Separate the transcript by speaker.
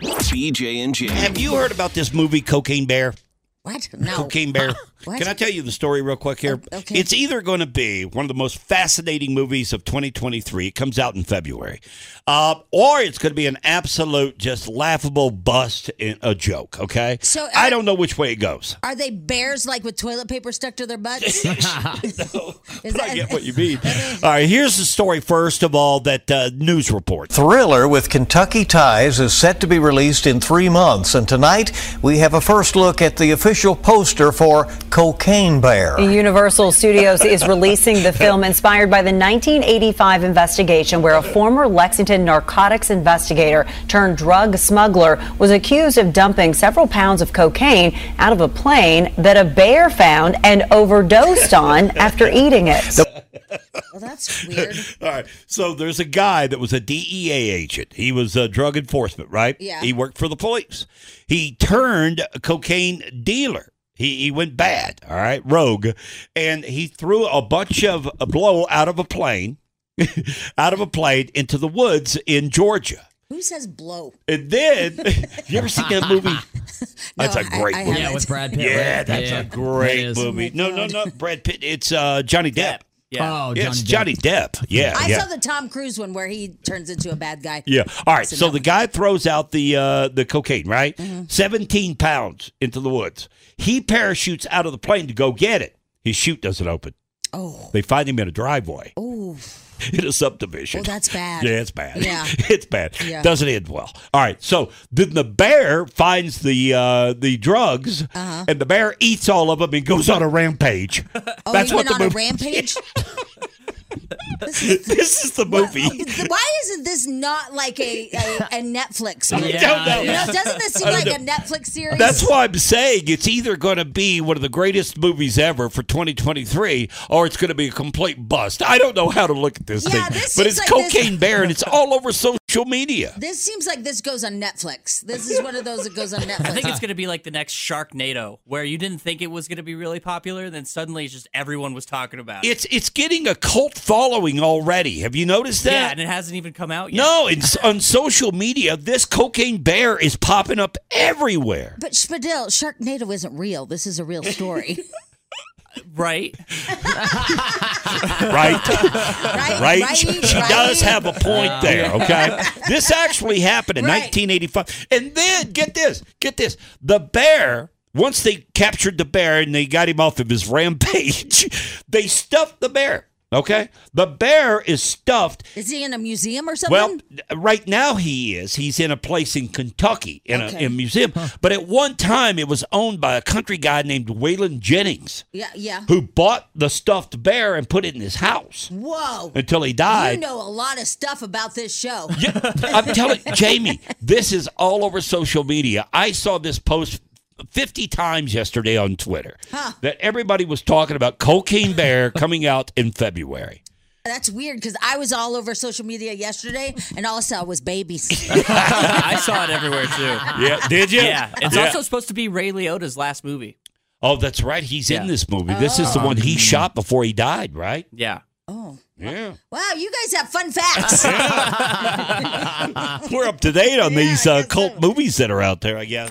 Speaker 1: BJ and Jamie.
Speaker 2: Have you heard about this movie, Cocaine Bear?
Speaker 3: What? No.
Speaker 2: Cocaine Bear.
Speaker 3: What?
Speaker 2: Can I tell you the story real quick here?
Speaker 3: O- okay.
Speaker 2: It's either going to be one of the most fascinating movies of 2023. It comes out in February, uh, or it's going to be an absolute just laughable bust in a joke. Okay.
Speaker 3: So, uh,
Speaker 2: I don't know which way it goes.
Speaker 3: Are they bears like with toilet paper stuck to their butts? Is
Speaker 2: But I
Speaker 3: that-
Speaker 2: get what you mean. All right. Here's the story. First of all, that uh, news report.
Speaker 4: Thriller with Kentucky Ties is set to be released in three months, and tonight we have a first look at the official poster for Cocaine Bear.
Speaker 5: Universal Studios is releasing the film inspired by the 1985 investigation where a former Lexington narcotics investigator turned drug smuggler was accused of dumping several pounds of cocaine out of a plane that a bear found and overdosed on after eating it.
Speaker 3: well, that's weird.
Speaker 2: All right. So there's a guy that was a DEA agent. He was uh, drug enforcement, right?
Speaker 3: Yeah.
Speaker 2: He worked for the police. He turned a cocaine dealer. He, he went bad, all right, rogue, and he threw a bunch of a blow out of a plane, out of a plane into the woods in Georgia.
Speaker 3: Who says blow?
Speaker 2: And then, you ever seen that movie? That's a
Speaker 3: I-
Speaker 2: great
Speaker 3: I
Speaker 2: movie.
Speaker 6: Yeah, with Brad Pitt.
Speaker 2: Yeah,
Speaker 6: right?
Speaker 2: that's
Speaker 6: Yeah,
Speaker 2: a
Speaker 6: it
Speaker 2: great
Speaker 6: is.
Speaker 2: movie. No, no, no, Brad Pitt. It's uh, Johnny Depp.
Speaker 6: Oh,
Speaker 2: Yeah, it's
Speaker 6: Johnny
Speaker 2: Johnny Depp. Yeah,
Speaker 3: I
Speaker 2: yeah.
Speaker 3: saw the Tom Cruise one where he turns into a bad guy.
Speaker 2: Yeah. All right.
Speaker 3: So
Speaker 2: So,
Speaker 3: no-
Speaker 2: the guy throws out the uh, the cocaine, right?
Speaker 3: Mm-hmm.
Speaker 2: Seventeen pounds into the woods. He parachutes out of the plane to go get it. His chute doesn't open.
Speaker 3: Oh.
Speaker 2: They find him in a driveway
Speaker 3: Ooh.
Speaker 2: in a subdivision.
Speaker 3: Oh, that's bad.
Speaker 2: Yeah, it's bad.
Speaker 3: Yeah.
Speaker 2: it's bad.
Speaker 3: Yeah.
Speaker 2: Doesn't end well. All right. So then the bear finds the uh, the drugs,
Speaker 3: Uh-huh.
Speaker 2: and the bear eats all of them and goes on a rampage.
Speaker 3: Oh,
Speaker 2: that's
Speaker 3: he
Speaker 2: what
Speaker 3: went
Speaker 2: the
Speaker 3: on
Speaker 2: movie.
Speaker 3: a rampage?
Speaker 2: This is the movie.
Speaker 3: Why isn't this not like a, a, a Netflix movie?
Speaker 2: I don't know.
Speaker 3: You know, doesn't this seem
Speaker 2: I
Speaker 3: like
Speaker 2: don't
Speaker 3: a Netflix series?
Speaker 2: That's why I'm saying it's either going to be one of the greatest movies ever for 2023, or it's going to be a complete bust. I don't know how to look at this
Speaker 3: Yeah,
Speaker 2: thing,
Speaker 3: this
Speaker 2: but
Speaker 3: seems
Speaker 2: it's
Speaker 3: like this-
Speaker 2: Cocaine Bear, and it's all over social media.
Speaker 3: This seems like this goes on Netflix. This is one of those that goes on Netflix.
Speaker 6: I think it's going to be like the next Sharknado, where you didn't think it was going to be really popular, then suddenly it's just everyone was talking about it.
Speaker 2: It's it's getting a cult following already. Have you noticed that?
Speaker 6: yeah, and it hasn't even come out yet.
Speaker 2: no, it's on social media. This Cocaine Bear is popping up everywhere.
Speaker 3: But Spadil, Sharknado isn't real. This is a real story,
Speaker 6: Right?
Speaker 2: Right.
Speaker 3: right?
Speaker 2: right? She, she
Speaker 3: right?
Speaker 2: does have a point there, okay? This actually happened in
Speaker 3: Right.
Speaker 2: 1985. And then, get this, get this. The bear, once they captured the bear and they got him off of his rampage, they stuffed the bear, okay? The bear is stuffed.
Speaker 3: Is he in a museum or something?
Speaker 2: Well, right now he is. He's in a place in Kentucky in,
Speaker 3: Okay.
Speaker 2: a, in a museum. But at one time, it was owned by a country guy named Waylon Jennings,
Speaker 3: yeah, yeah.
Speaker 2: who bought the stuffed bear and put it in his house
Speaker 3: Whoa.
Speaker 2: until he
Speaker 3: You
Speaker 2: died.
Speaker 3: know a lot of stuff about this show.
Speaker 2: Yeah, I'm telling Jamie, this is all over social media. I saw this post 50 times yesterday on Twitter that everybody was talking about Cocaine Bear coming out in February.
Speaker 3: That's weird because I was all over social media yesterday, and all I saw was babies.
Speaker 6: I saw it everywhere, too.
Speaker 2: Yeah, did you?
Speaker 6: Yeah. It's also supposed to be Ray Liotta's last movie.
Speaker 2: Oh, that's right. He's in
Speaker 6: Yeah.
Speaker 2: this movie. This is the one he shot before he died, right?
Speaker 6: Yeah.
Speaker 3: oh,
Speaker 2: Yeah.
Speaker 3: wow! You guys have fun facts.
Speaker 2: We're up to date on
Speaker 3: Yeah,
Speaker 2: these
Speaker 3: I
Speaker 2: uh,
Speaker 3: guess
Speaker 2: cult
Speaker 3: so.
Speaker 2: movies that are out there, I guess.